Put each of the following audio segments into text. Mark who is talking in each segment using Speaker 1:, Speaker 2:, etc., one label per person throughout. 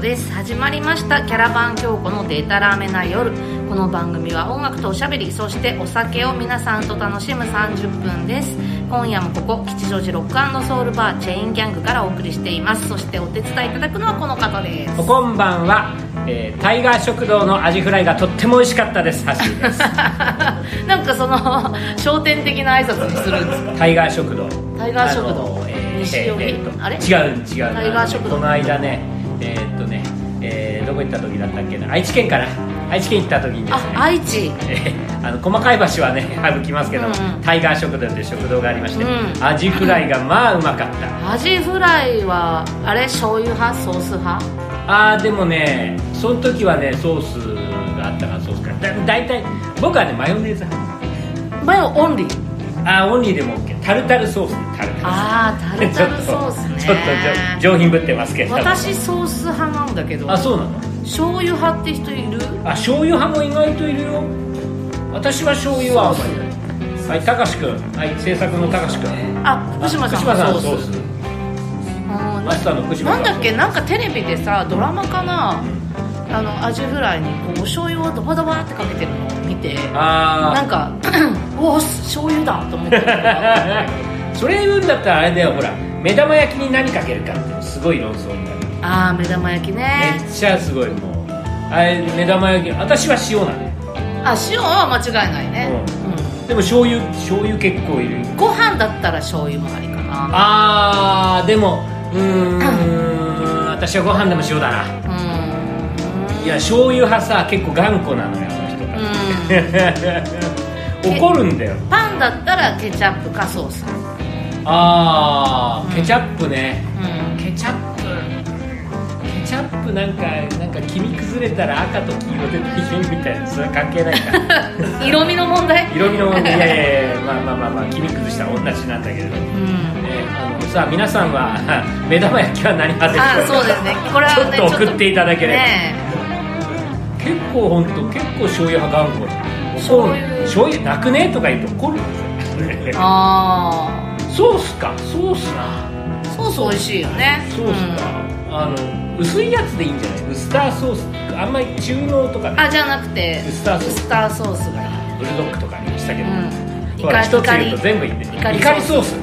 Speaker 1: です始まりましたキャラバン京子のデタラメな夜この番組は音楽とおしゃべりそしてお酒を皆さんと楽しむ30分です今夜もここ吉祥寺ロックソウルバーチェインギャングからお送りしていますそしてお手伝いいただくのはこの方です
Speaker 2: おこんばんは、えータイガー食堂のアジフライがとっても美味しかったですハッシーで す
Speaker 1: なんかその焦点的な挨拶にするんです
Speaker 2: タイガー食堂
Speaker 1: タイガー食堂
Speaker 2: あのー
Speaker 1: 西荻
Speaker 2: えーえーと
Speaker 1: あれ
Speaker 2: 違う違う
Speaker 1: タイガー食堂
Speaker 2: この間ねえーっとね、えーどこ行った時だったっけな愛知県から愛知県行った時にです
Speaker 1: あ
Speaker 2: ね
Speaker 1: 愛知
Speaker 2: えーあの細かい橋はね省きますけど
Speaker 1: う
Speaker 2: も、
Speaker 1: んうん
Speaker 2: タイガー食堂という食堂がありまして、
Speaker 1: うん
Speaker 2: アジフライがまあうまかった
Speaker 1: アジフライはあれ醤油派ソース派
Speaker 2: あーでもねその時はねソースがあったからソースかだ大体僕はねマヨネーズ派
Speaker 1: マヨオンリー
Speaker 2: あーオンリーでも OK タルタルソースタルタル
Speaker 1: ああタルタルソースね
Speaker 2: ちょっとちょっと上品ぶってますけど
Speaker 1: 私ソース派なんだけど
Speaker 2: あそうなの
Speaker 1: 醤油派って人いる
Speaker 2: あ醤油派も意外といるよ私は醤油はあんまりないはいたかしくんはい制作のたかしくん
Speaker 1: あ福島さん
Speaker 2: あ福島さん
Speaker 1: の
Speaker 2: の
Speaker 1: ソ
Speaker 2: ソ
Speaker 1: ー
Speaker 2: ー
Speaker 1: ス
Speaker 2: ス
Speaker 1: うん
Speaker 2: マスターの福島
Speaker 1: なん
Speaker 2: さん
Speaker 1: だっけなんかテレビでさドラマかなあのアジフライにこうお醤油をドバドバってかけてるのを見てな
Speaker 2: あ
Speaker 1: んか おお醤油だと思って
Speaker 2: あ それ言うんだったらあれだよほら目玉焼きに何かけるかっていうのすごい論争になる
Speaker 1: ああ目玉焼きね
Speaker 2: めっちゃすごいもうあれ目玉焼き私は塩なのよ
Speaker 1: あ塩は間違いないね、うん
Speaker 2: でも醤油醤油結構いる
Speaker 1: ご飯だったら醤油もありかな
Speaker 2: あーでもうーん私はご飯でも塩だな
Speaker 1: うーん
Speaker 2: いや醤油派さ結構頑固なのよあの人が、
Speaker 1: うん
Speaker 2: 怒るんだよ
Speaker 1: パンだったらケチャップかソース
Speaker 2: あ
Speaker 1: うん
Speaker 2: ーケチャップね
Speaker 1: うん
Speaker 2: ケチャップケチャップなんかなんか黄身崩れたら赤と黄色で大変みたいなそれは関係ないから
Speaker 1: 色味の問題
Speaker 2: 色味のいやいやいやまあまあまあ、まあ、黄身崩したら同じなんだけれど
Speaker 1: う
Speaker 2: も、ね、
Speaker 1: ん
Speaker 2: あのさあ皆さんは 目玉焼きは何派でしょ
Speaker 1: あ
Speaker 2: うか
Speaker 1: ーそうですねこれはね
Speaker 2: ちょっと送っていただければ、
Speaker 1: ね
Speaker 2: 結構本当結構醤油派頑固
Speaker 1: 醤
Speaker 2: 怒
Speaker 1: 油
Speaker 2: る醤油なくねとか言って怒るんで
Speaker 1: え
Speaker 2: すよ
Speaker 1: あ
Speaker 2: ソースかソースな
Speaker 1: あソース美味しいよね
Speaker 2: ソースか、あの薄いやつでいいんじゃないウスターソースあんまり中濃とか
Speaker 1: うん
Speaker 2: ね
Speaker 1: あじゃなくて
Speaker 2: ウスター
Speaker 1: ウ
Speaker 2: ソース
Speaker 1: スターソースがいい
Speaker 2: ブルドッグとかにしたけど、
Speaker 1: うん
Speaker 2: ほら一つ言うと
Speaker 1: 怒り
Speaker 2: 全部いいんで
Speaker 1: 怒り
Speaker 2: 怒りソース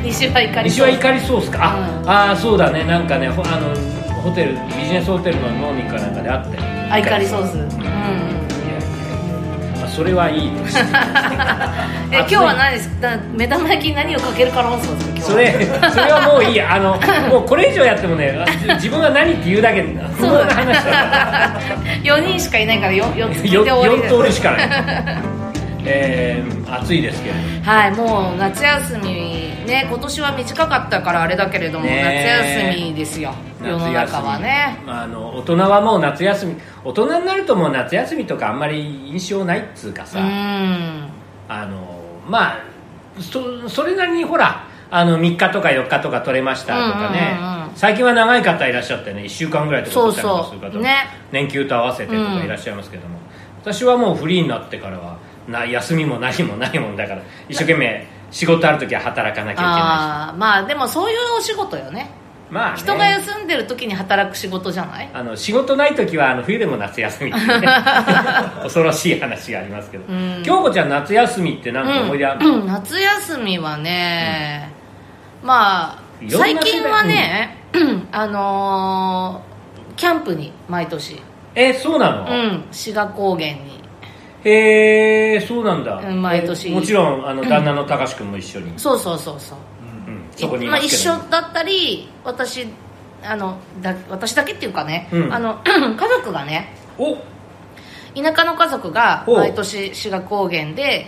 Speaker 1: 西は怒り
Speaker 2: 西は怒りソースかあ、
Speaker 1: うん
Speaker 2: あーそうだねなんかねほあのホテルビジネスホテルの飲みかなんかであったよ
Speaker 1: あ怒りソースうん
Speaker 2: いやいやいやあそれはい いとして
Speaker 1: え今日は何ですだ目玉焼きに何をかけるか論争ですか今日は
Speaker 2: それそれはもういいあのもうこれ以上やってもねあ自分が何って言うだけでな
Speaker 1: そう
Speaker 2: 無駄な話だから
Speaker 1: 4人しかいないから 4, 四つ聞いて
Speaker 2: よ
Speaker 1: 終わり
Speaker 2: 4
Speaker 1: で
Speaker 2: 通り
Speaker 1: す
Speaker 2: しかないえー、暑いですけれども
Speaker 1: はいもう夏休みね今年は短かったからあれだけれども、
Speaker 2: ねえ
Speaker 1: 夏休みですよ世の中は
Speaker 2: 夏休
Speaker 1: ね
Speaker 2: みまあ、あの大人はもう夏休み大人になるともう夏休みとかあんまり印象ないっつうか
Speaker 1: う
Speaker 2: さ、
Speaker 1: ん
Speaker 2: あのまあそそれなりにほらあの3日とか4日とか取れましたとかね、
Speaker 1: うんうんうん
Speaker 2: 最近は長い方いらっしゃってね1週間ぐらいとか
Speaker 1: そう
Speaker 2: 取ったりと
Speaker 1: そう
Speaker 2: かする方も
Speaker 1: ね
Speaker 2: 年休と合わせてとかいらっしゃいますけども、私はもうフリーになってからはな休みも何もないもんだから一生懸命仕事ある時は働かなきゃいけないし
Speaker 1: ああまあでもそういうお仕事よね
Speaker 2: まあね、
Speaker 1: 人が休んでる時に働く仕事じゃない
Speaker 2: あの仕事ない時はあの冬でも夏休みって ね恐ろしい話がありますけど、
Speaker 1: ん
Speaker 2: 京子ちゃん夏休みってなんか思い出ある、
Speaker 1: うんうん夏休みはね、まあ
Speaker 2: いろんな
Speaker 1: 最
Speaker 2: 世代
Speaker 1: 近はね、あのーキャンプに毎年、
Speaker 2: えそうな
Speaker 1: う
Speaker 2: の、
Speaker 1: ん、志賀高原に
Speaker 2: へえそうなんだ
Speaker 1: うん毎年
Speaker 2: えもちろんあの旦那のたかし君も一緒に、うん
Speaker 1: そうそうそうそう
Speaker 2: そこにい
Speaker 1: ま
Speaker 2: ま
Speaker 1: あ、
Speaker 2: すけ
Speaker 1: 一
Speaker 2: ど
Speaker 1: 緒だったり私あのだ私だけっていうかね、
Speaker 2: うん
Speaker 1: あの 家族がね
Speaker 2: お
Speaker 1: 田舎の家族が
Speaker 2: ほう
Speaker 1: 毎年志賀高原で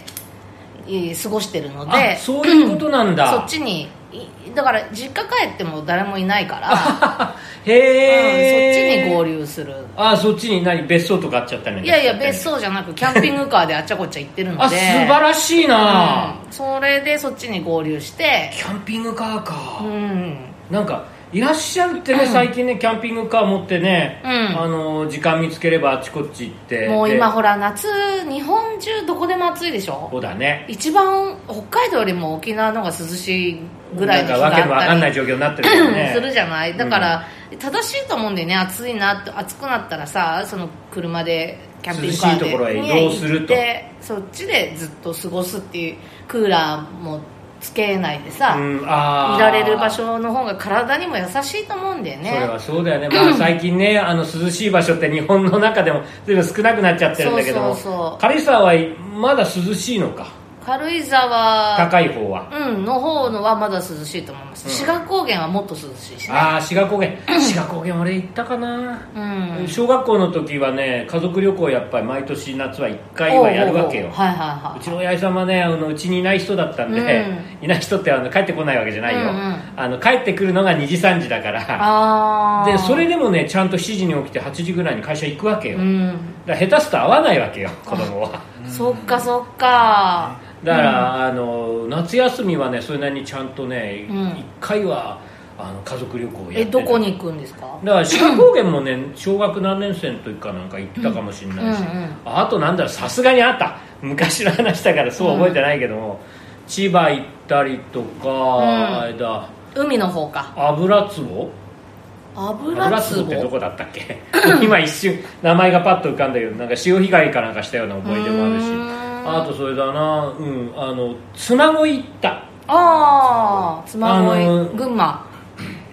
Speaker 1: えー過ごしてるので
Speaker 2: あそういうことなんだ
Speaker 1: そっちにいだから実家帰っても誰もいないから、
Speaker 2: へ
Speaker 1: うん、そっ
Speaker 2: え、
Speaker 1: ちに合
Speaker 2: 流
Speaker 1: 流する
Speaker 2: あそっちに何別荘とかあっちゃったね
Speaker 1: いやいや別荘じゃなくキャンピングカー であっちゃこっちゃ行ってるので
Speaker 2: あ素晴らしいな、
Speaker 1: うんそれでそっちに合流して
Speaker 2: キャンピングカーか、
Speaker 1: うん
Speaker 2: なんかいらっしゃるってね、最近ねキャンピングカー持ってね、
Speaker 1: うん
Speaker 2: あの時間見つければあっちこっち行って
Speaker 1: もう
Speaker 2: で
Speaker 1: 今ほら夏日本中どこでも暑いでしょ
Speaker 2: そうだね
Speaker 1: 一番北海道よりも沖縄の方が涼しいぐらいの
Speaker 2: なん
Speaker 1: 日
Speaker 2: かわけの
Speaker 1: が
Speaker 2: わ
Speaker 1: あ
Speaker 2: かん
Speaker 1: った
Speaker 2: ない
Speaker 1: り
Speaker 2: 状況になってるけどね
Speaker 1: するじゃないだから、正しいと思うんだよね暑いなって暑くなったらさその車でキャンピングカ
Speaker 2: 涼しいところ
Speaker 1: ーで
Speaker 2: へ移動すると
Speaker 1: ね行ってそっちでずっと過ごすっていうクーラーもつけないでさ、
Speaker 2: うんあー
Speaker 1: いられる場所の方が体にも優しいと思うんだよね
Speaker 2: それはそうだよ ね、まあ、最近ねあの涼しい場所って日本の中でも随分少なくなっちゃってるんだけども
Speaker 1: そうそうそう
Speaker 2: 軽井沢はまだ涼しいのか
Speaker 1: 軽井沢
Speaker 2: 高い方は
Speaker 1: うんの方のはまだ涼しいと思います、
Speaker 2: う
Speaker 1: 志
Speaker 2: ん
Speaker 1: 賀高原はもっと涼しいしね
Speaker 2: ああ志賀高原 志賀高原俺行ったかな、
Speaker 1: うん
Speaker 2: 小学校の時はね家族旅行やっぱり毎年夏は1回はやるわけ
Speaker 1: お
Speaker 2: よ
Speaker 1: うおうおうはいはい
Speaker 2: うち
Speaker 1: はい
Speaker 2: の親父さんはねあのうちにいない人だったんで、いない人ってあの帰ってこないわけじゃないよ、
Speaker 1: うんうん
Speaker 2: あの帰ってくるのが2時3時だから
Speaker 1: ああ
Speaker 2: でそれでもねちゃんと7時に起きて8時ぐらいに会社行くわけよ、
Speaker 1: う
Speaker 2: だ
Speaker 1: ん
Speaker 2: から下手すと会わないわけよ子供は
Speaker 1: そっかそっか
Speaker 2: だから、あの夏休みはねそれなりにちゃんとね、一
Speaker 1: うん
Speaker 2: 1回はあの家族旅行をやって
Speaker 1: え
Speaker 2: た
Speaker 1: どこに行くんですか
Speaker 2: だから志賀高原もね小学何年生の時かなんか行ってたかもしれないし、
Speaker 1: うんうんうん
Speaker 2: あとなんだろうさすがにあった昔の話だからそう覚えてないけども、千葉行ったりとか、
Speaker 1: ん
Speaker 2: あれだ
Speaker 1: 海の方か
Speaker 2: 油壺
Speaker 1: 油
Speaker 2: 油壺ってど
Speaker 1: 壺
Speaker 2: こだったっけ 今一瞬名前がパッと浮かんだけどなんか潮干狩りかなんかしたような思い出もあるし
Speaker 1: うーん
Speaker 2: あとそれだなうんあの妻子行った
Speaker 1: ああ
Speaker 2: あ
Speaker 1: 妻
Speaker 2: の
Speaker 1: 恋
Speaker 2: ー
Speaker 1: 群馬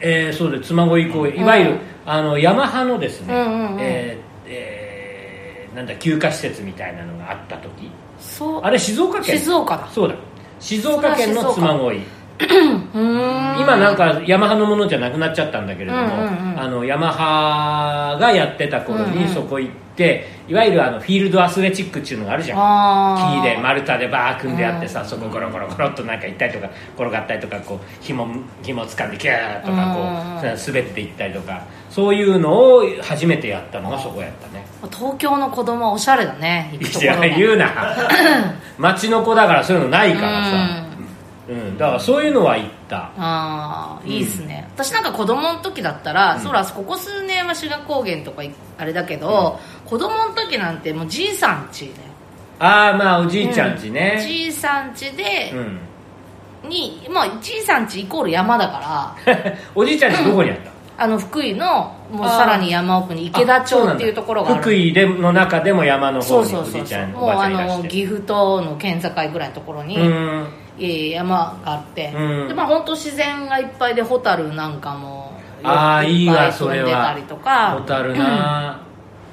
Speaker 2: えー、そうです妻恋公園いわゆる、
Speaker 1: うん
Speaker 2: あのヤマハのですね、
Speaker 1: うんうんうん
Speaker 2: えーえーなんだ休暇施設みたいなのがあった時
Speaker 1: そう
Speaker 2: あれ静岡県
Speaker 1: 静岡だ
Speaker 2: そうだ静岡県の
Speaker 1: それは
Speaker 2: 妻恋
Speaker 1: うーん
Speaker 2: 今なんかヤマハのものじゃなくなっちゃったんだけれど
Speaker 1: う
Speaker 2: も、
Speaker 1: んうんうん
Speaker 2: あのヤマハがやってた頃
Speaker 1: うんう
Speaker 2: に
Speaker 1: ん
Speaker 2: そこ行って、いわゆるあのフィールドアスレチックっていうのがあるじゃん
Speaker 1: あ
Speaker 2: 木
Speaker 1: あ
Speaker 2: で丸太でバー組んであってさ、そこゴロゴロゴロっとなんか行ったりとか転がったりとかこう紐紐掴んでキャーとかこう、滑っていったりとかそういうのを初めてやったのがそこやったね
Speaker 1: 東京の子供はおしゃれだね行くと
Speaker 2: い
Speaker 1: ころ
Speaker 2: や
Speaker 1: が
Speaker 2: 言 うな町の子だからそういうのないからさ、うんだからそういうのは行った
Speaker 1: ああいいですね、私なんか子供の時だったら、そらここ数年は志賀高原とかいあれだけど、子供の時なんてもうじいさん家だよ
Speaker 2: ああまあおじいちゃんちね、
Speaker 1: じいさん家で
Speaker 2: うん、
Speaker 1: にまあじいさん家イコール山だか
Speaker 2: おじいちゃんちどこにあった
Speaker 1: らあの福井のもうさらに山奥に 池田町っていうところがある
Speaker 2: あそうなんだ福井での中でも山の
Speaker 1: そ
Speaker 2: 方
Speaker 1: う
Speaker 2: に
Speaker 1: そ
Speaker 2: お
Speaker 1: う
Speaker 2: じ
Speaker 1: そ
Speaker 2: いうち
Speaker 1: そ
Speaker 2: ゃ
Speaker 1: う
Speaker 2: んお
Speaker 1: もう
Speaker 2: ばあちゃ
Speaker 1: あ
Speaker 2: んいらし
Speaker 1: の
Speaker 2: て
Speaker 1: 岐阜との県境ぐらいのところに、
Speaker 2: うん
Speaker 1: えー山があって、
Speaker 2: うん
Speaker 1: でまあ本当自然がいっぱいでホタルなんかも
Speaker 2: ああいい
Speaker 1: っ
Speaker 2: わ
Speaker 1: ぱ
Speaker 2: それ
Speaker 1: 飛んで
Speaker 2: は
Speaker 1: たりとか
Speaker 2: ホタルな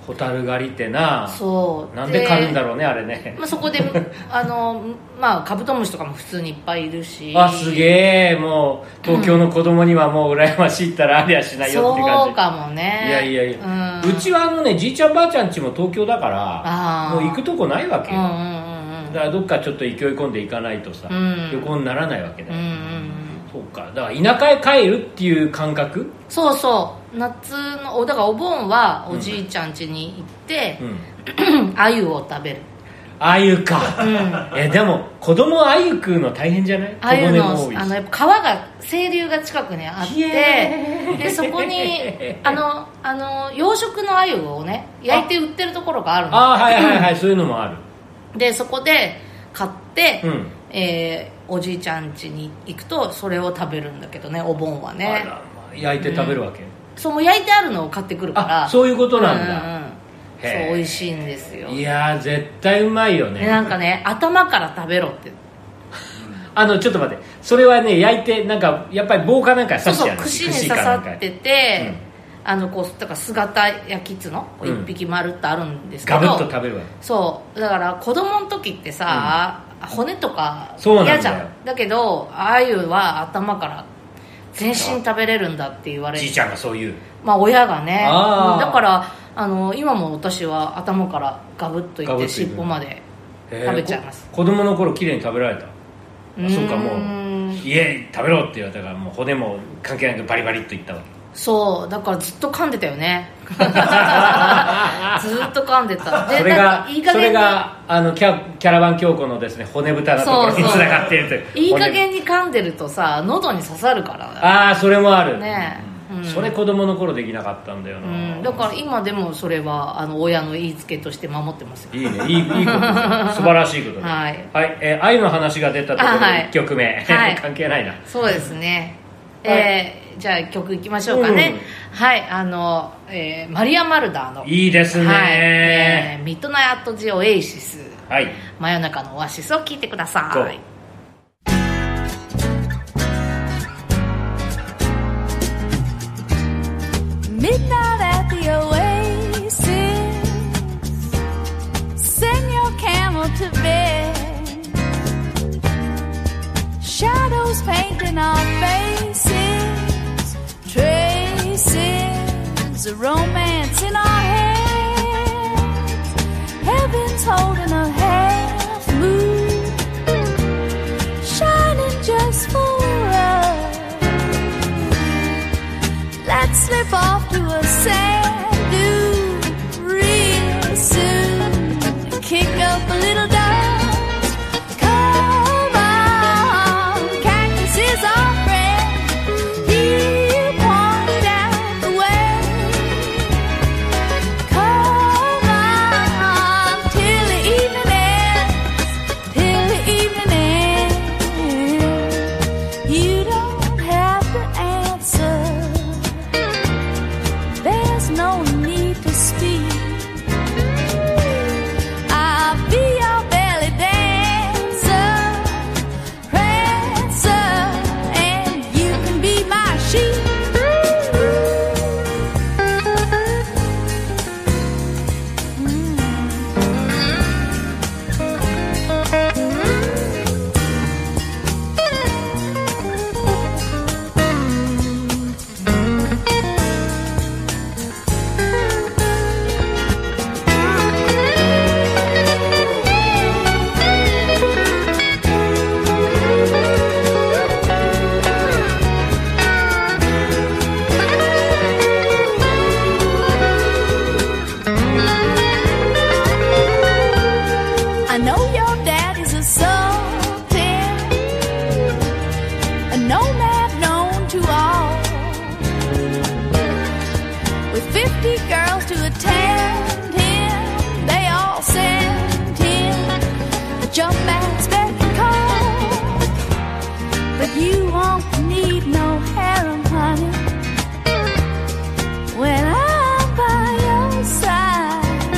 Speaker 2: ホタル狩りってな
Speaker 1: そう
Speaker 2: なんで狩るんだろうねあれね
Speaker 1: まあ、そこであの、まあ、カブトムシとかも普通にいっぱいいるし
Speaker 2: あすげえもう東京の子供にはもう羨ましいったらありゃしないよって感
Speaker 1: そ
Speaker 2: じ
Speaker 1: うかもね
Speaker 2: いやいやいや、
Speaker 1: う、
Speaker 2: うんちはあのねじいちゃんばあちゃんちも東京だから
Speaker 1: あー
Speaker 2: もう行くとこないわけ
Speaker 1: うん
Speaker 2: よ、
Speaker 1: うん
Speaker 2: だからどっかちょっと勢い込んでいかないとさ、
Speaker 1: うん
Speaker 2: 旅行にならないわけだ
Speaker 1: うんうんうんうんう
Speaker 2: よ、
Speaker 1: ん
Speaker 2: そうかだから田舎へ帰るっていう感覚
Speaker 1: そうそう夏のおだからお盆はおじいちゃん家に行って
Speaker 2: う、ん
Speaker 1: 鮎を食べる
Speaker 2: あゆか、えでも子供あゆ食うの大変じゃない
Speaker 1: あゆ
Speaker 2: 小骨も多
Speaker 1: の
Speaker 2: いし
Speaker 1: あのやっぱ川が清流が近くにあっ
Speaker 2: ひ
Speaker 1: て
Speaker 2: え
Speaker 1: でそこ にあのあの養殖の鮎をね焼いて売ってるところがあるの
Speaker 2: ああはいはいはいそういうのもある
Speaker 1: でそこで買って、
Speaker 2: うん
Speaker 1: えーおじいちゃん家に行くとそれを食べるんだけどねお盆は
Speaker 2: あ
Speaker 1: ね
Speaker 2: らまあ焼いて食べるわけ、
Speaker 1: そうもう焼いてあるのを買ってくるから
Speaker 2: あそういうことなん
Speaker 1: う
Speaker 2: だ、
Speaker 1: んうん
Speaker 2: へえ
Speaker 1: そう美味しいんですよ
Speaker 2: いやー絶対うまいよ
Speaker 1: でなん
Speaker 2: ね
Speaker 1: かね頭から食べろって
Speaker 2: あのちょっと待ってそれはね焼いてなんかやっぱり棒かなんか
Speaker 1: そう
Speaker 2: 刺し
Speaker 1: そう
Speaker 2: てある
Speaker 1: 串に刺さ
Speaker 2: かな
Speaker 1: っ
Speaker 2: んか
Speaker 1: てて、あのこうだから姿焼きっつうのこう
Speaker 2: うん
Speaker 1: 一匹丸ってあるんですけど、
Speaker 2: ガブッと食べるわけ
Speaker 1: そうだから子供の時ってさ、骨とか
Speaker 2: そうなんだよ
Speaker 1: 嫌じゃんだけどあゆは頭から全身食べれるんだって言われ
Speaker 2: じい
Speaker 1: て
Speaker 2: ちゃんがそういう
Speaker 1: まあ親がね
Speaker 2: あー
Speaker 1: うんだからあの今も私は頭からガブッとい
Speaker 2: ガ
Speaker 1: っ
Speaker 2: ブッ
Speaker 1: て
Speaker 2: といく
Speaker 1: 尻尾まで
Speaker 2: へー
Speaker 1: 食べちゃいます
Speaker 2: こ子供の頃綺麗に食べられた
Speaker 1: うーん
Speaker 2: そうかもう「いえ食べろ」って言われたからもう骨も関係なくバリバリっといったわけ
Speaker 1: そうだからずっと噛んでたよね ずっと噛んでたで
Speaker 2: そ
Speaker 1: な
Speaker 2: れ
Speaker 1: ん
Speaker 2: が
Speaker 1: かいい加
Speaker 2: それ
Speaker 1: 減に
Speaker 2: があのキャキャラバン教皇のですね骨豚のところに
Speaker 1: そう
Speaker 2: つ
Speaker 1: そう
Speaker 2: ながっているという
Speaker 1: いい加
Speaker 2: 骨
Speaker 1: 減に噛んでるとさ喉に刺さるから
Speaker 2: ああそれもある、
Speaker 1: ねうん
Speaker 2: それ子供の頃できなかったんだよな、
Speaker 1: うん、だから今でもそれはあの親の言いつけとして守ってますよ
Speaker 2: いいねいいいいこと ですよ素晴らしいことです
Speaker 1: はい
Speaker 2: はいえー愛の話が出たところ
Speaker 1: あはい
Speaker 2: で1曲目、
Speaker 1: はい
Speaker 2: 関係ないな
Speaker 1: そうですねえーじゃあ曲いきましょうかね、はいあの、えーマリア・マルダーの
Speaker 2: いいです
Speaker 1: はい
Speaker 2: ね
Speaker 1: えーミッドナイト・ジ・オエイシス
Speaker 2: はい、
Speaker 1: 真夜中のオアシスを聞いてくださ
Speaker 2: こう
Speaker 1: い
Speaker 3: Midnight at the oasis. Send your camel to bed. Shadows painting our faces. Traces of romance in our heads. Heaven's holding a half moon. Shining just for us. Let's slip off to a sand dune real soon. Kick up a little dust. Come on, cactus is our friend. He'll point out the way. Come on, till the evening ends. Till the evening ends. You don't have to answer. There's no need to speak. I'll be your belly dancer, prancer, and you can be my Mm. sheep. I know your dad is a sultan, a nomad known to all, with 50 girls to attend him. They all send him the jump man's beck and call, but you won't need no harem, honey. When I'm by your side,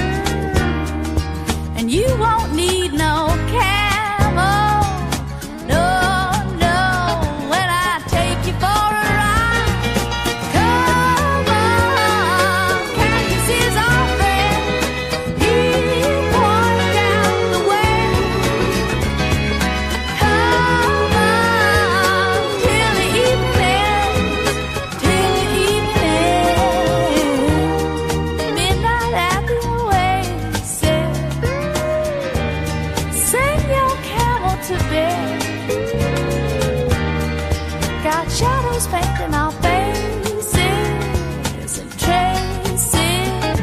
Speaker 3: and you won't need no camel. No, no, when I take you for a ride. Come on, Cactus is our friend. He'll point out the way. Come on, till the evening ends, till the evening ends. Midnight at the oasis. Send your camel to bed. Got shadows painting our faces and traces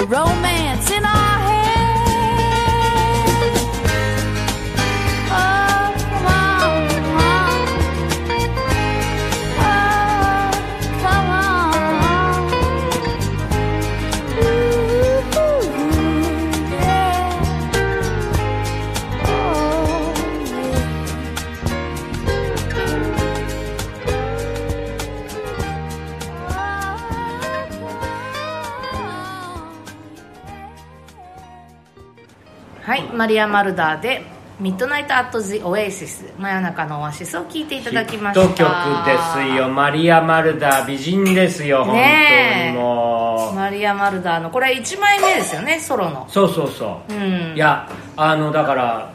Speaker 3: of romance in our heads. Oh, come on, come on. Oh, come on. Ooh, yeah. Oh, yeah. Oh,
Speaker 1: はいマリア・マルダーで「ミッドナイト・アット・ジ・オエイシス真夜中のオアシス」を聞いていただきました
Speaker 2: ヒット曲ですよマリア・マルダー美人ですよ本当
Speaker 1: ねえ
Speaker 2: にも
Speaker 1: マリア・マルダーのこれ1枚目ですよねソロの
Speaker 2: うそうそうそうう、
Speaker 1: ん
Speaker 2: いやあのだから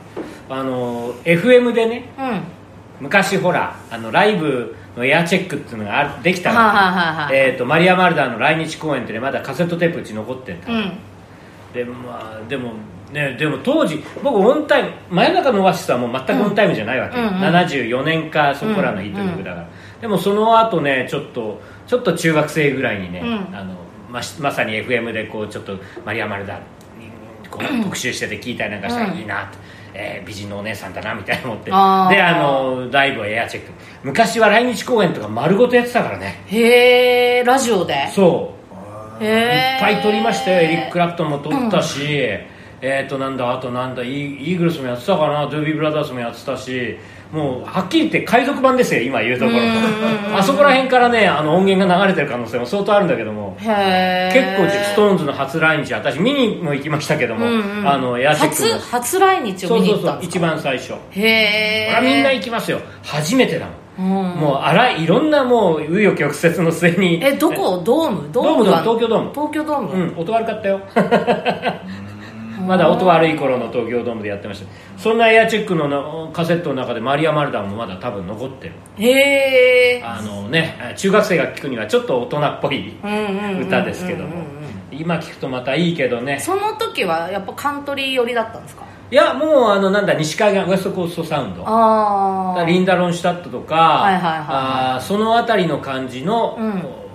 Speaker 2: あの FM でね
Speaker 1: うんはい
Speaker 2: 昔ほらあのライブのエアチェックっていうのがあできた
Speaker 1: はい
Speaker 2: の、
Speaker 1: はいはい
Speaker 2: えー、とマリア・マルダーの来日公演ってねまだカセットテープうち残ってんだ
Speaker 1: うん
Speaker 2: で,、まあ、でもねでも当時僕オンタイム真夜中のオアシスはもう全くオンタイムじゃないわけ、
Speaker 1: うんうんうん
Speaker 2: 74年かそこらのヒット曲だから、でもその後ねちょっとちょっと中学生ぐらいにね、
Speaker 1: うん
Speaker 2: あのましまさに FM でこうちょっとマリア・マルダーにこう特集してて聞いたりなんかしたら
Speaker 1: うん
Speaker 2: いいなと。えー美人のお姉さんだなみたいな思ってで
Speaker 1: あー
Speaker 2: あのライブはエアチェック昔は来日公演とか丸ごとやってたからね
Speaker 1: へえラジオで
Speaker 2: そう
Speaker 1: へ
Speaker 2: い
Speaker 1: え
Speaker 2: っぱい撮りましたよエリック・クラプトンも撮ったし、えっ、となんだあとなんだイーイーグルスもやってたかなドゥービー・ブラザーズもやってたしもうはっきり言って海賊版ですよ今言うところ
Speaker 1: うんうんうん
Speaker 2: のあそこら辺からねあの音源が流れてる可能性も相当あるんだけども
Speaker 1: へ
Speaker 2: 結
Speaker 1: え
Speaker 2: 構ストーンズの初来日私見にも行きましたけども、
Speaker 1: うんうん
Speaker 2: あのエアチェック
Speaker 1: 初初来日を
Speaker 2: そ
Speaker 1: 見
Speaker 2: う
Speaker 1: に
Speaker 2: そ
Speaker 1: 行
Speaker 2: う
Speaker 1: っ
Speaker 2: そ
Speaker 1: た
Speaker 2: うん
Speaker 1: です
Speaker 2: 一
Speaker 1: か
Speaker 2: 番最初
Speaker 1: へ
Speaker 2: これ
Speaker 1: え
Speaker 2: はみんな行きますよ初めてだもん、
Speaker 1: うん
Speaker 2: もうあらいろんなもう紆余曲折の末に
Speaker 1: えどこドームド
Speaker 2: ドームドーム
Speaker 1: は
Speaker 2: 東京ドーム
Speaker 1: 東京ドーム、
Speaker 2: うん音悪かった よまだ音悪い頃の東京ドームでやってましたそんなエアチェックのなカセットの中でマリア・マルダンもまだ多分残ってる
Speaker 1: へえ
Speaker 2: あのね中学生が聴くにはちょっと大人っぽい歌ですけども今聴くとまたいいけどね
Speaker 1: その時はやっぱカントリー寄りだったんですか
Speaker 2: いやもうあのなんだ西海岸ウエストコーストサウンド
Speaker 1: ああ
Speaker 2: リンダ・ロンシュタットとか、
Speaker 1: いはいはいはい
Speaker 2: あーその辺りの感じの、
Speaker 1: うん
Speaker 2: こ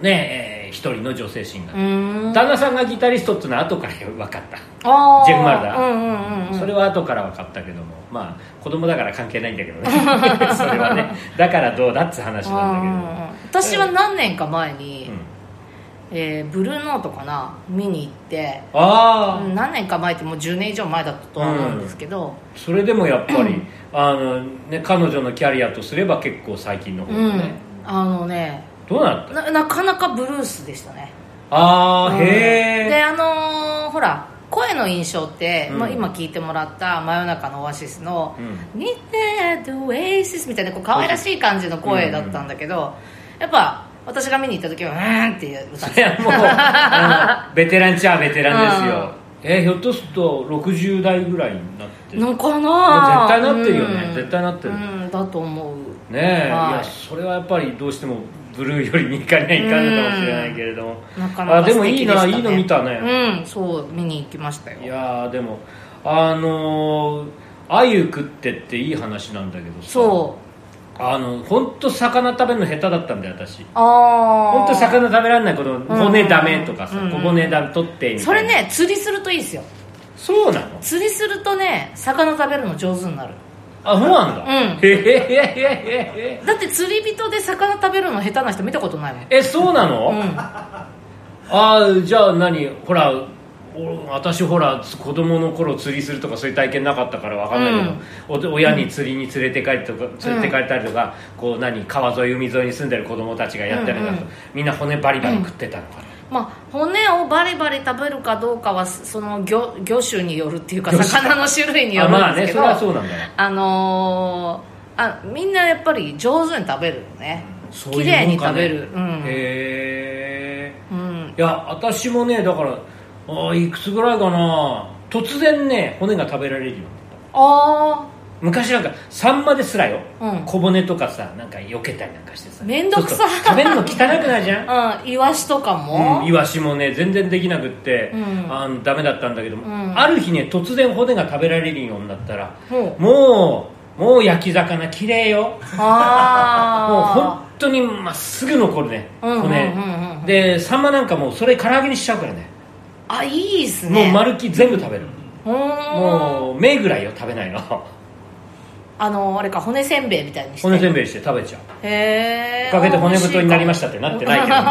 Speaker 2: うねえー一人の女性シンガ
Speaker 1: う
Speaker 2: ー、
Speaker 1: ーん
Speaker 2: 旦那さんがギタリストっていうのは後から分かった、
Speaker 1: あー
Speaker 2: ジェフマルダ
Speaker 1: うんうんうんうん
Speaker 2: それは後から分かったけどもまあ子供だから関係ないんだけどね それはねだからどうだっつ話なんだ
Speaker 1: うんうんうん私は何年か前に、
Speaker 2: けど、うん
Speaker 1: えーブルーノートかな見に行って
Speaker 2: ああ、
Speaker 1: うん何年か前ってもう10年以上前だったとは思うんですけど、
Speaker 2: それでもやっぱりあの、ね、彼女のキャリアとすれば結構最近の方
Speaker 1: う
Speaker 2: だ
Speaker 1: ん
Speaker 2: ね、
Speaker 1: あのね
Speaker 2: どうなった
Speaker 1: ななかなかブルースでしたね
Speaker 2: ああ、
Speaker 1: うんで
Speaker 2: へえ
Speaker 1: あのーほら声の印象って、
Speaker 2: うん
Speaker 1: まあ、今聞いてもらった「真夜中のオアシス」の
Speaker 2: うん
Speaker 1: 「ニッテドオエシス」みたいなこう可愛らしい感じの声だったんだけど、やっぱ私が見に行った時は「うーん」っていう歌
Speaker 2: いやもうあのベテランっちゃベテランですよ、えーひょっとすると60代ぐらいにな ってる
Speaker 1: のかな
Speaker 2: 絶対なってるよね絶対なって
Speaker 1: う
Speaker 2: る
Speaker 1: んだと思う
Speaker 2: ねえ、
Speaker 1: はい
Speaker 2: い、やそれはやっぱりどうしてもブルーよりに行かないかんのかもしれないけれども、
Speaker 1: なかな
Speaker 2: あ
Speaker 1: か
Speaker 2: で
Speaker 1: 素
Speaker 2: もい
Speaker 1: 敵
Speaker 2: い
Speaker 1: でした、
Speaker 2: な、
Speaker 1: ね、
Speaker 2: いいの見たね、
Speaker 1: うんそう見に行きましたよ
Speaker 2: いやーでもあのーあゆ食ってっていい話なんだけどさ
Speaker 1: そう
Speaker 2: あの本当魚食べるの下手だったんだよ私
Speaker 1: ああ
Speaker 2: 本当魚食べられないこと骨ダメとかさ
Speaker 1: うんうん
Speaker 2: 小骨だ取ってみたいな
Speaker 1: それね釣りするといいですよ
Speaker 2: そうなの
Speaker 1: 釣りするとね魚食べるの上手になる
Speaker 2: あそうなんだ、
Speaker 1: うん
Speaker 2: へへへへへ
Speaker 1: だって釣り人で魚食べるの下手な人見たことないもん
Speaker 2: えそうなの、
Speaker 1: うん
Speaker 2: ああじゃあ何ほらお私ほら子供の頃釣りするとかそういう体験なかったからわかんないけど、お親に釣りに連れて帰ってとか連れて帰ったりとか、こう何川沿い海沿いに住んでる子供たちがやってるのだと、
Speaker 1: うんうん
Speaker 2: みんな骨バリバリ食ってたのかな、
Speaker 1: まあ骨をバリバリ食べるかどうかはその魚魚種によるっていうか
Speaker 2: 魚種
Speaker 1: 魚の種類によ
Speaker 2: あ
Speaker 1: る
Speaker 2: ま
Speaker 1: ん
Speaker 2: あ
Speaker 1: で
Speaker 2: ね
Speaker 1: すけ
Speaker 2: そ
Speaker 1: ど
Speaker 2: れはそうなんだよ
Speaker 1: あのーあみんなやっぱり上手に食べるよね
Speaker 2: そう
Speaker 1: 綺
Speaker 2: い
Speaker 1: 麗
Speaker 2: うもん
Speaker 1: に
Speaker 2: か
Speaker 1: 食
Speaker 2: ね
Speaker 1: べるうん
Speaker 2: へえ
Speaker 1: うん
Speaker 2: いや私もねだからあーいくつぐらいかな突然ね骨が食べられるようになった
Speaker 1: あ
Speaker 2: 昔なんかサンマですらよ、
Speaker 1: うん
Speaker 2: 小骨とかさなんか避けたりなんかしてさ
Speaker 1: めんどくさ
Speaker 2: そうすると食べるの汚くないじゃん
Speaker 1: あうんイワシとかも、
Speaker 2: うん、イワシもね全然できなくって、
Speaker 1: うん
Speaker 2: あのダメだったんだけども、
Speaker 1: うん
Speaker 2: ある日ね突然骨が食べられるようになったら、
Speaker 1: ほう
Speaker 2: もうもう焼き魚綺麗よ もう
Speaker 1: あ
Speaker 2: 本当にまっすぐ残るね
Speaker 1: うんうんうんうん
Speaker 2: 骨、でサンマなんかもうそれ唐揚げにしちゃうからね
Speaker 1: ああいいです
Speaker 2: も
Speaker 1: ね
Speaker 2: う丸っきり全部食べる、
Speaker 1: ほー
Speaker 2: もう目ぐらいよ食べないの
Speaker 1: あのあれか骨せんべいみたいにして
Speaker 2: 骨せんべいして食べちゃう
Speaker 1: へえ
Speaker 2: おかげで骨太になりましたってなってないけどね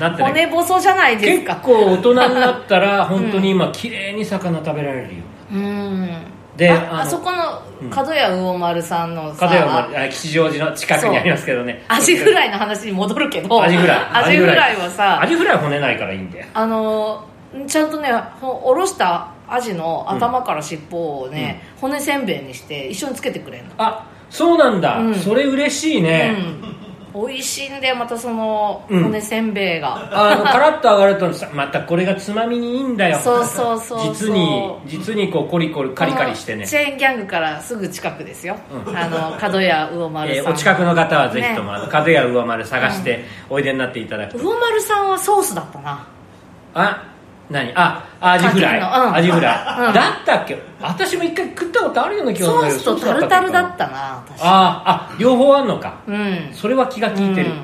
Speaker 2: なってない
Speaker 1: 骨細じゃないです
Speaker 2: 結
Speaker 1: か
Speaker 2: 構大人になったら本当に今綺麗に魚食べられるよ
Speaker 1: うん
Speaker 2: で
Speaker 1: ああ
Speaker 2: の
Speaker 1: そこの
Speaker 2: うん
Speaker 1: 角屋魚丸さんのさ
Speaker 2: 片山のあ吉祥寺の近くにありますけどね
Speaker 1: アジフライの話に戻るけど
Speaker 2: アジフライ
Speaker 1: アジフライは
Speaker 2: ア
Speaker 1: さ
Speaker 2: ジフライ骨ないからいいんだよ
Speaker 1: あのちゃんとねほおろしたアジの頭から尻尾をね、骨せんべいにして一緒につけてくれるの
Speaker 2: あそうなんだ、
Speaker 1: うん
Speaker 2: それ嬉しいね、
Speaker 1: うん、美味しいんだよまたその
Speaker 2: うん
Speaker 1: 骨せんべいが、
Speaker 2: あのカラッと揚がるとさまたこれがつまみにいいんだよ
Speaker 1: そうそうそうそう
Speaker 2: 実に実にこうコリコリカリカリしてね
Speaker 1: チ、ェーンギャングからすぐ近くですよ、
Speaker 2: うん
Speaker 1: あの角屋魚丸さ
Speaker 2: え
Speaker 1: ん、
Speaker 2: ーお近くの方はぜひとも、
Speaker 1: ね
Speaker 2: あの風や上丸探しておいでになっていただくと、
Speaker 1: 魚丸さんはソースだったな
Speaker 2: あ何あアジフライ、
Speaker 1: かけるのうん
Speaker 2: アジフライ、
Speaker 1: うん
Speaker 2: だったっけ私も一回食ったことあるような気がする
Speaker 1: ソ
Speaker 2: んだ
Speaker 1: ー
Speaker 2: けど
Speaker 1: スと
Speaker 2: ソ
Speaker 1: タ
Speaker 2: ー
Speaker 1: ル
Speaker 2: スだ
Speaker 1: タ
Speaker 2: っ
Speaker 1: ル
Speaker 2: た
Speaker 1: だ
Speaker 2: っけ
Speaker 1: ったな私
Speaker 2: あーあ両方あんのか
Speaker 1: うん
Speaker 2: それは気が利いてる、
Speaker 1: うん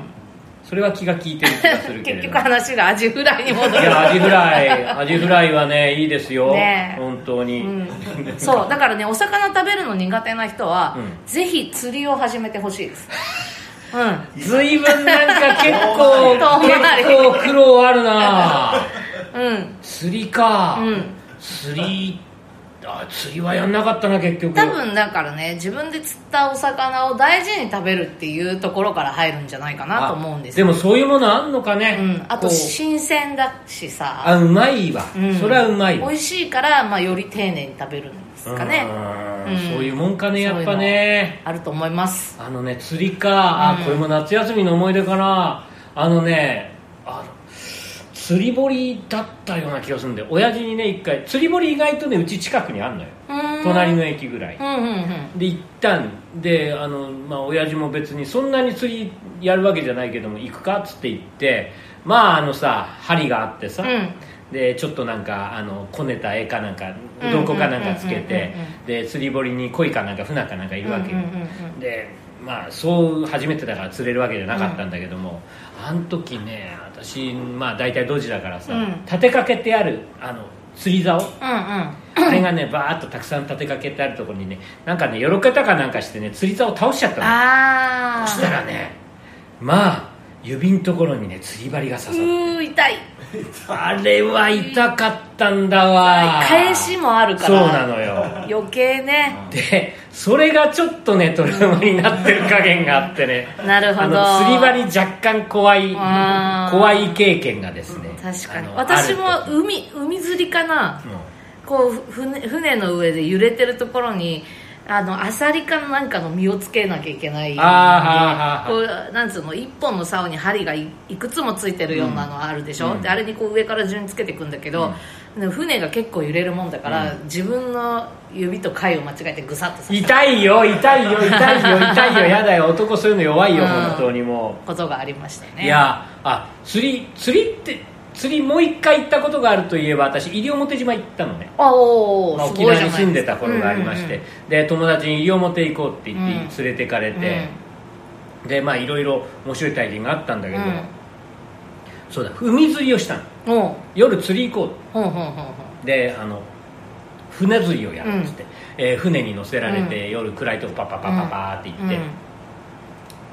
Speaker 2: それは気が利いてる気がするけれ
Speaker 1: 結
Speaker 2: ど
Speaker 1: 局話がアジフライに戻る
Speaker 2: いやアジフライアジフライはねいいですよ、
Speaker 1: ねえ
Speaker 2: 本当に、
Speaker 1: うん、そうだからねお魚食べるの苦手な人は、
Speaker 2: うん
Speaker 1: ぜひ釣りを始めてほしいです、う
Speaker 2: 随分なんか結構
Speaker 1: 遠回り
Speaker 2: 結構苦労あるなん
Speaker 1: うん
Speaker 2: 釣りか、
Speaker 1: うん
Speaker 2: 釣りあ釣りはやんなかったな結局
Speaker 1: 多分だからね自分で釣ったお魚を大事に食べるっていうところから入るんじゃないかなと思うんです
Speaker 2: で
Speaker 1: よ
Speaker 2: もそういうものあんのかね、
Speaker 1: うん、あ
Speaker 2: ことう
Speaker 1: 新鮮だしさ、
Speaker 2: あうまいわ、
Speaker 1: ん
Speaker 2: それはうまいわ
Speaker 1: 美味しいから、まあ、より丁寧に食べるんですかね
Speaker 2: うんそういうもんかねやっぱ
Speaker 1: そういう
Speaker 2: ね
Speaker 1: のあると思います
Speaker 2: あのね釣りか、あこれも夏休みの思い出かなあのねあの釣り堀だったような気がするんで親父にね一回釣り堀意外とねうち近くにあんのよ
Speaker 1: うーん
Speaker 2: 隣の駅ぐらい
Speaker 1: うんうんうん
Speaker 2: で行ったんであの、まあ、親父も別にそんなに釣りやるわけじゃないけども行くかっつって行ってまああのさ針があってさ、
Speaker 1: うん
Speaker 2: でちょっとなんかあのこねた絵かなんかうどんこかなんかつけて
Speaker 1: うんうんうんうん
Speaker 2: で釣り堀に鯉かなんか船かなんかいるわけよ、
Speaker 1: うんうんうんう
Speaker 2: でまあそう初めてだから釣れるわけじゃなかったんだけども、あの時ね私まあ大体ドジだからさ、
Speaker 1: うん
Speaker 2: 立てかけてあるあの釣り竿
Speaker 1: うんうん
Speaker 2: あれがねバーッとたくさん立てかけてあるところにねなんかねよろけたかなんかしてね釣り竿を倒しちゃったの
Speaker 1: ああ
Speaker 2: そしたらねまあ指のところにね釣り針が
Speaker 1: う
Speaker 2: 刺さっ
Speaker 1: ー痛い
Speaker 2: たあれは痛かったんだわ
Speaker 1: 返しもあるから
Speaker 2: そうなのよ
Speaker 1: 余計ね
Speaker 2: でそれがちょっとねトラウマになってる加減があってね
Speaker 1: なるほど
Speaker 2: あの釣り針若干怖い
Speaker 1: あー
Speaker 2: 怖い経験がですね
Speaker 1: 確かに
Speaker 2: あの
Speaker 1: 私も
Speaker 2: あると
Speaker 1: 海海釣りかな
Speaker 2: うん
Speaker 1: こうふ船船の上で揺れてるところにあのアサリかなんかの身をつけなきゃいけない
Speaker 2: あー
Speaker 1: こうなんつうの一本の竿に針がいいくつもついてるようなのあるでしょ、
Speaker 2: うん
Speaker 1: であれにこう上から順につけていくんだけど、で船が結構揺れるもんだから、自分の指と貝を間違えてぐさっと刺した
Speaker 2: 痛いよ痛いよ痛いよ痛いよやだよ男そういうの弱いよ
Speaker 1: うん
Speaker 2: 本当にも
Speaker 1: ことがありましたよ
Speaker 2: う、
Speaker 1: ね
Speaker 2: いやあ釣り釣りって釣りもう一回行ったことがあるといえば私西表島行ったのね
Speaker 1: あおー
Speaker 2: まあ
Speaker 1: す
Speaker 2: 沖
Speaker 1: ごい
Speaker 2: 縄
Speaker 1: じゃ
Speaker 2: に
Speaker 1: ない
Speaker 2: 住ん
Speaker 1: で
Speaker 2: です
Speaker 1: か
Speaker 2: た頃がありまして、で友達に西表行こうって言って連れてかれて、でまあいろいろ面白い体験があったんだけど、
Speaker 1: うん
Speaker 2: そうだ海釣りをしたの
Speaker 1: うんうんうん
Speaker 2: 夜釣り行こ
Speaker 1: ほんほんほんほん
Speaker 2: うであの船釣りをやるっつって、えー船に乗せられて、夜暗いとこパッパッパッパッパーって行って、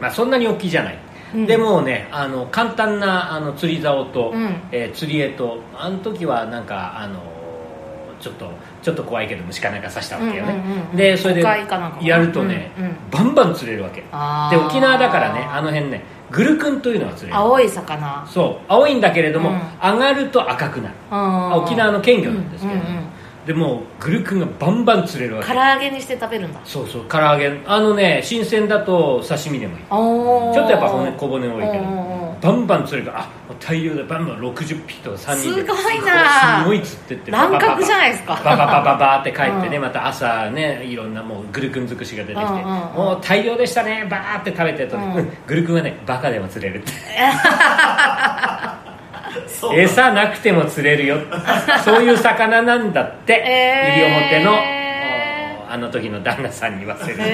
Speaker 2: まあ、そんなに大きいじゃない、
Speaker 1: うん
Speaker 2: でもうねあの簡単なあの釣り竿と、
Speaker 1: うん
Speaker 2: えー釣り絵とあの時はなんかあのーちょっとちょっと怖いけど虫かなんか刺したわけよね、
Speaker 1: うんうんうん
Speaker 2: でそれで
Speaker 1: 誤解かなんかかな
Speaker 2: やるとね、
Speaker 1: うんうん
Speaker 2: バンバン釣れるわけで
Speaker 1: あー
Speaker 2: 沖縄だからねあの辺ねグルクンというのが釣れる
Speaker 1: 青い魚
Speaker 2: そう青いんだけれども、
Speaker 1: うん
Speaker 2: 上がると赤くなる、
Speaker 1: あー
Speaker 2: 沖縄の県魚なんですけど、
Speaker 1: うんうんうん
Speaker 2: でもうグルクンがバンバン釣れるわけ
Speaker 1: 唐揚げにして食べるんだ
Speaker 2: そうそう唐揚げあのね新鮮だと刺身でもいい
Speaker 1: おー
Speaker 2: ちょっとやっぱ骨小骨多いけど
Speaker 1: おーおーおー
Speaker 2: バンバン釣れるからあもう大量でバンバン60匹とか3人です
Speaker 1: ごいな
Speaker 2: すごい釣ってって
Speaker 1: 乱獲じゃないですか
Speaker 2: ババババババって帰ってね、
Speaker 1: うん
Speaker 2: また朝ねいろんなもうグルクン尽くしが出てきて、
Speaker 1: うんうんうん
Speaker 2: もう大量でしたねバーって食べてるとね、
Speaker 1: うん
Speaker 2: うんグルクンはねバカでも釣れるって
Speaker 4: そうなんだ
Speaker 2: 餌なくても釣れるよそういう魚なんだって、
Speaker 1: えー
Speaker 2: 西表のおあの時の旦那さんに言わせると。
Speaker 1: へ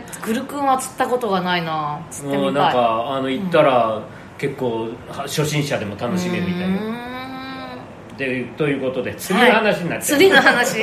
Speaker 1: えー、グル君は釣ったことがないな釣ってみたい
Speaker 2: も
Speaker 1: う
Speaker 2: なんかあの行ったら、結構は初心者でも楽しめるみたいな
Speaker 1: うー
Speaker 2: でということで釣
Speaker 1: ん
Speaker 2: りの話になっちゃう、
Speaker 1: はい、釣りの 話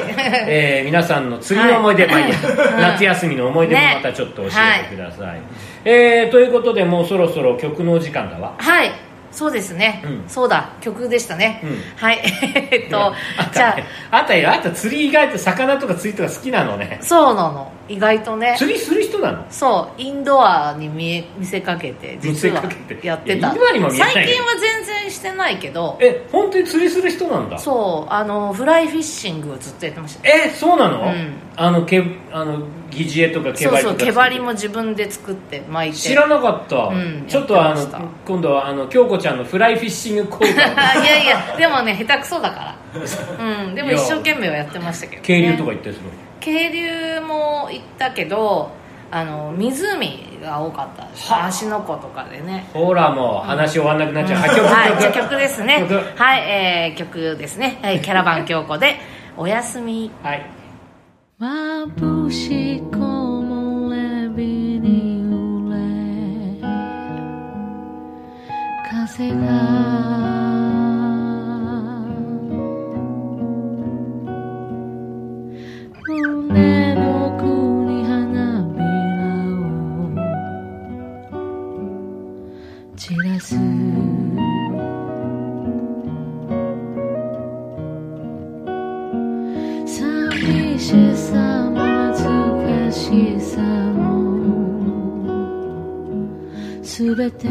Speaker 2: えー皆さんの釣りの思い出、
Speaker 1: はい
Speaker 2: まあいいや
Speaker 1: うん
Speaker 2: 夏休みの思い出も
Speaker 1: ね
Speaker 2: またちょっと教えてください、えーということでもうそろそろ曲のお時間だわ
Speaker 1: はいそうですね、
Speaker 2: うん
Speaker 1: そうだ曲でしたね、
Speaker 2: うん
Speaker 1: はい えっと
Speaker 2: あん
Speaker 1: じゃ
Speaker 2: たねあんたよあんた釣り意外と魚とか釣りとか好きなのね
Speaker 1: あそうなの意外とね
Speaker 2: 釣りする人なの
Speaker 1: そうインドアに見え見せかけて実は
Speaker 2: 見せかけて
Speaker 1: やってた
Speaker 2: いやインドアにも見えない
Speaker 1: 最近は全然してないけど
Speaker 2: え本当に釣りする人なんだ
Speaker 1: そうあのフライフィッシングをずっとやってました
Speaker 2: えそうなの、
Speaker 1: うん
Speaker 2: あのけあの疑似餌とか毛
Speaker 1: そう
Speaker 2: 針とか
Speaker 1: そう
Speaker 2: 釣
Speaker 1: 毛
Speaker 2: る
Speaker 1: 針も自分で作って巻いて
Speaker 2: 知らなかった、
Speaker 1: うん
Speaker 2: ちょっとあ
Speaker 1: やってました
Speaker 2: の今度はあの京子ちゃんのフライフィッシング講 座を
Speaker 1: いやいやでもね下手くそだ からうんでも
Speaker 2: いや
Speaker 1: 一生懸命はやってましたけど、ね、
Speaker 2: 渓流とか行ってすごい
Speaker 1: 渓流も行ったけどあの湖が多かったです芦ノ湖とかでね
Speaker 2: ほらもう話終わんなくなっちゃう、
Speaker 1: はい、
Speaker 2: は
Speaker 1: じゃ
Speaker 2: い
Speaker 1: あ曲ですね
Speaker 2: 曲。
Speaker 1: はい、えー、曲ですね。はい、キャラバン京子で、おやすみ。
Speaker 2: はい
Speaker 3: 眩し木漏れ日に揺れ風が胸の奥に花びらを散らすさ
Speaker 4: しさも懐かしさもすべて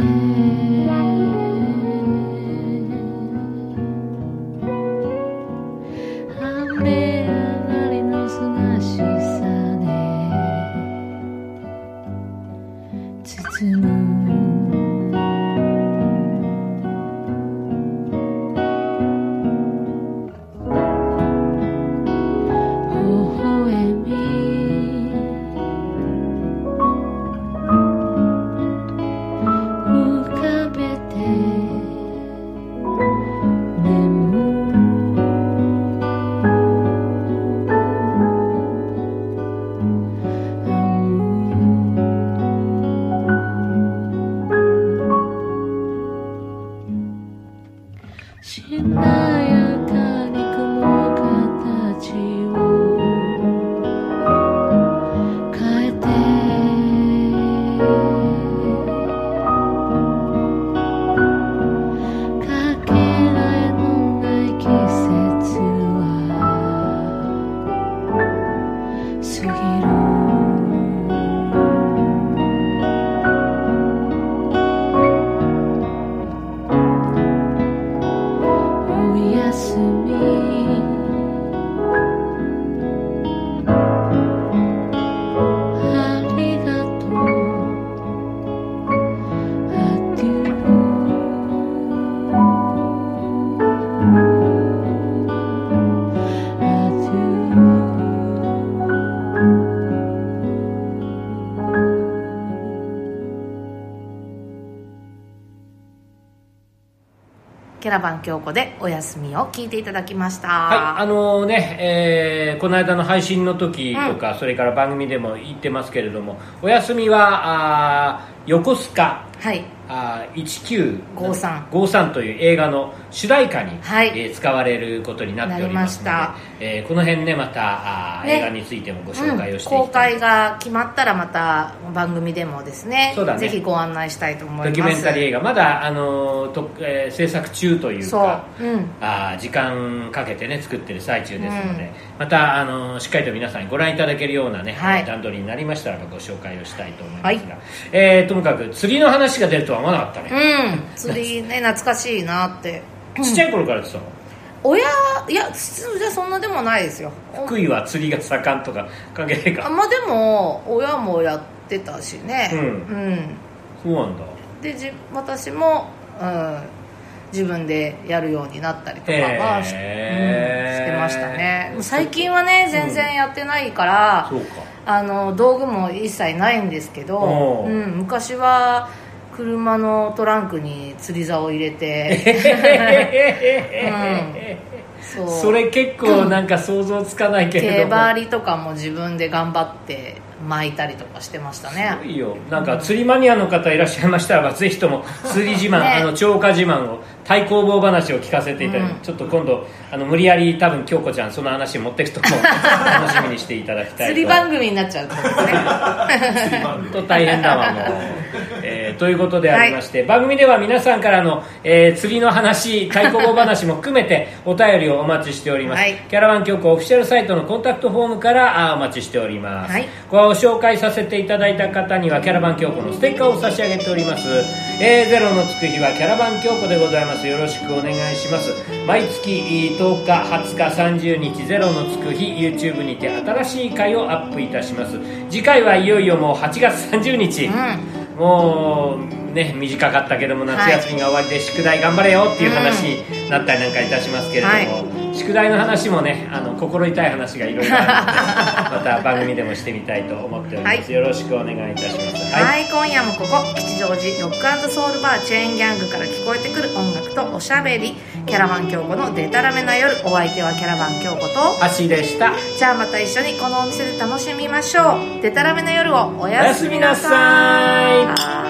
Speaker 4: 雨上がりのすがしさで包む微笑み浮かべて é 眠しなやかに雲形を変えてかけらえのない季節は過ぎるおやすみありがとうアデューアデュー
Speaker 1: キャラバン京子でお休みを聞いていただきました。
Speaker 2: はい、あのね、えーこの間の配信の時とか、それから番組でも言ってますけれども、お休みは、あー横須賀
Speaker 1: はい。
Speaker 2: あー
Speaker 1: 53
Speaker 2: 1953という映画の主題歌に、
Speaker 1: はい
Speaker 2: えー使われることになっておりますので
Speaker 1: なりま
Speaker 2: えーこの辺ねまたあー、
Speaker 1: ね
Speaker 2: 映画についてもご紹介をしてい
Speaker 1: うん、公
Speaker 2: きたい、
Speaker 1: 開が決まったらまた番組でもですね
Speaker 2: そうだね
Speaker 1: ぜひご案内したいと思います
Speaker 2: ドキュメンタリー映画まだ、あのーとえー制作中というか
Speaker 1: そううん
Speaker 2: あー時間かけてね作ってる最中ですので、また、あのーしっかりと皆さんにご覧いただけるようなね、
Speaker 1: はい
Speaker 2: 段取りになりましたらばご紹介をしたいと思いますが、
Speaker 1: はい
Speaker 2: えーともかく釣りの話が出るとは思わなかったね、
Speaker 1: うん釣りね懐かしいなって
Speaker 2: ちっちゃい頃からやってたの
Speaker 1: 親はいや普通じゃそんなでもないですよ
Speaker 2: 福井は釣りが盛んとか関係ない
Speaker 1: あ
Speaker 2: か
Speaker 1: まあでも親もやってたしね
Speaker 2: うんそうなんだ
Speaker 1: うんでじ私も、うん、自分でやるようになったりとかはし,、
Speaker 2: へ
Speaker 1: うん、
Speaker 2: ー
Speaker 1: してましたねもう最近はね全然やってないから、
Speaker 2: そう か
Speaker 1: あの道具も一切ないんですけど
Speaker 2: お、
Speaker 1: う、
Speaker 2: うん
Speaker 1: 昔は車のトランクに釣り竿を入れてそう
Speaker 2: それ結構なんか想像つかないけれ
Speaker 1: 手
Speaker 2: ども
Speaker 1: 張りとかも自分で頑張って巻いたりとかしてました
Speaker 2: す
Speaker 1: ね
Speaker 2: ごいよなんか釣りマニアの方いらっしゃいましたらば ぜひとも釣り自慢、
Speaker 1: ね
Speaker 2: あの超過自慢を対抗棒話を聞かせていただいて、
Speaker 1: うん
Speaker 2: ちょっと今度あの無理やり多分京子ちゃんその話持ってく と思う楽しみにしていただきたいと
Speaker 1: 釣り番組になっちゃうと思うんですね
Speaker 2: 本当大変だわ もう、えーということでありまして、番組では皆さんからの、えー釣りの話太鼓語話も含めてお便りをお待ちしております、
Speaker 1: はい
Speaker 2: キャラバン教皇オフィシャルサイトのコンタクトフォームからあーお待ちしております、
Speaker 1: はい
Speaker 2: ご紹介させていただいた方にはキャラバン教皇のステッカーを差し上げております、えーゼロのつく日はキャラバン教皇でございますよろしくお願いします毎月えー10日20日30日ゼロのつく日 YouTube にて新しい回をアップいたします次回はいよいよもう8月30日、
Speaker 1: う
Speaker 2: もうね短かったけども夏休みが終わりで宿題頑張れよっていう話になったりなんかいたしますけれども、宿題の話もねあの心痛い話がいろいろ あるのでまた番組でもしてみたいと思っております、
Speaker 1: はい
Speaker 2: よろしくお願いいたします
Speaker 1: んはい、今夜もここ吉祥寺ロックソウルバーチェーンギャングから聞こえてくる音楽とおしゃべりキャラバン京子のデタラメな夜お相手はキャラバン京子と
Speaker 2: アシでした
Speaker 1: じゃあまた一緒にこのお店で楽しみましょう。でたらめの夜をおやすみなさい。
Speaker 2: おやすみなさい
Speaker 1: はーい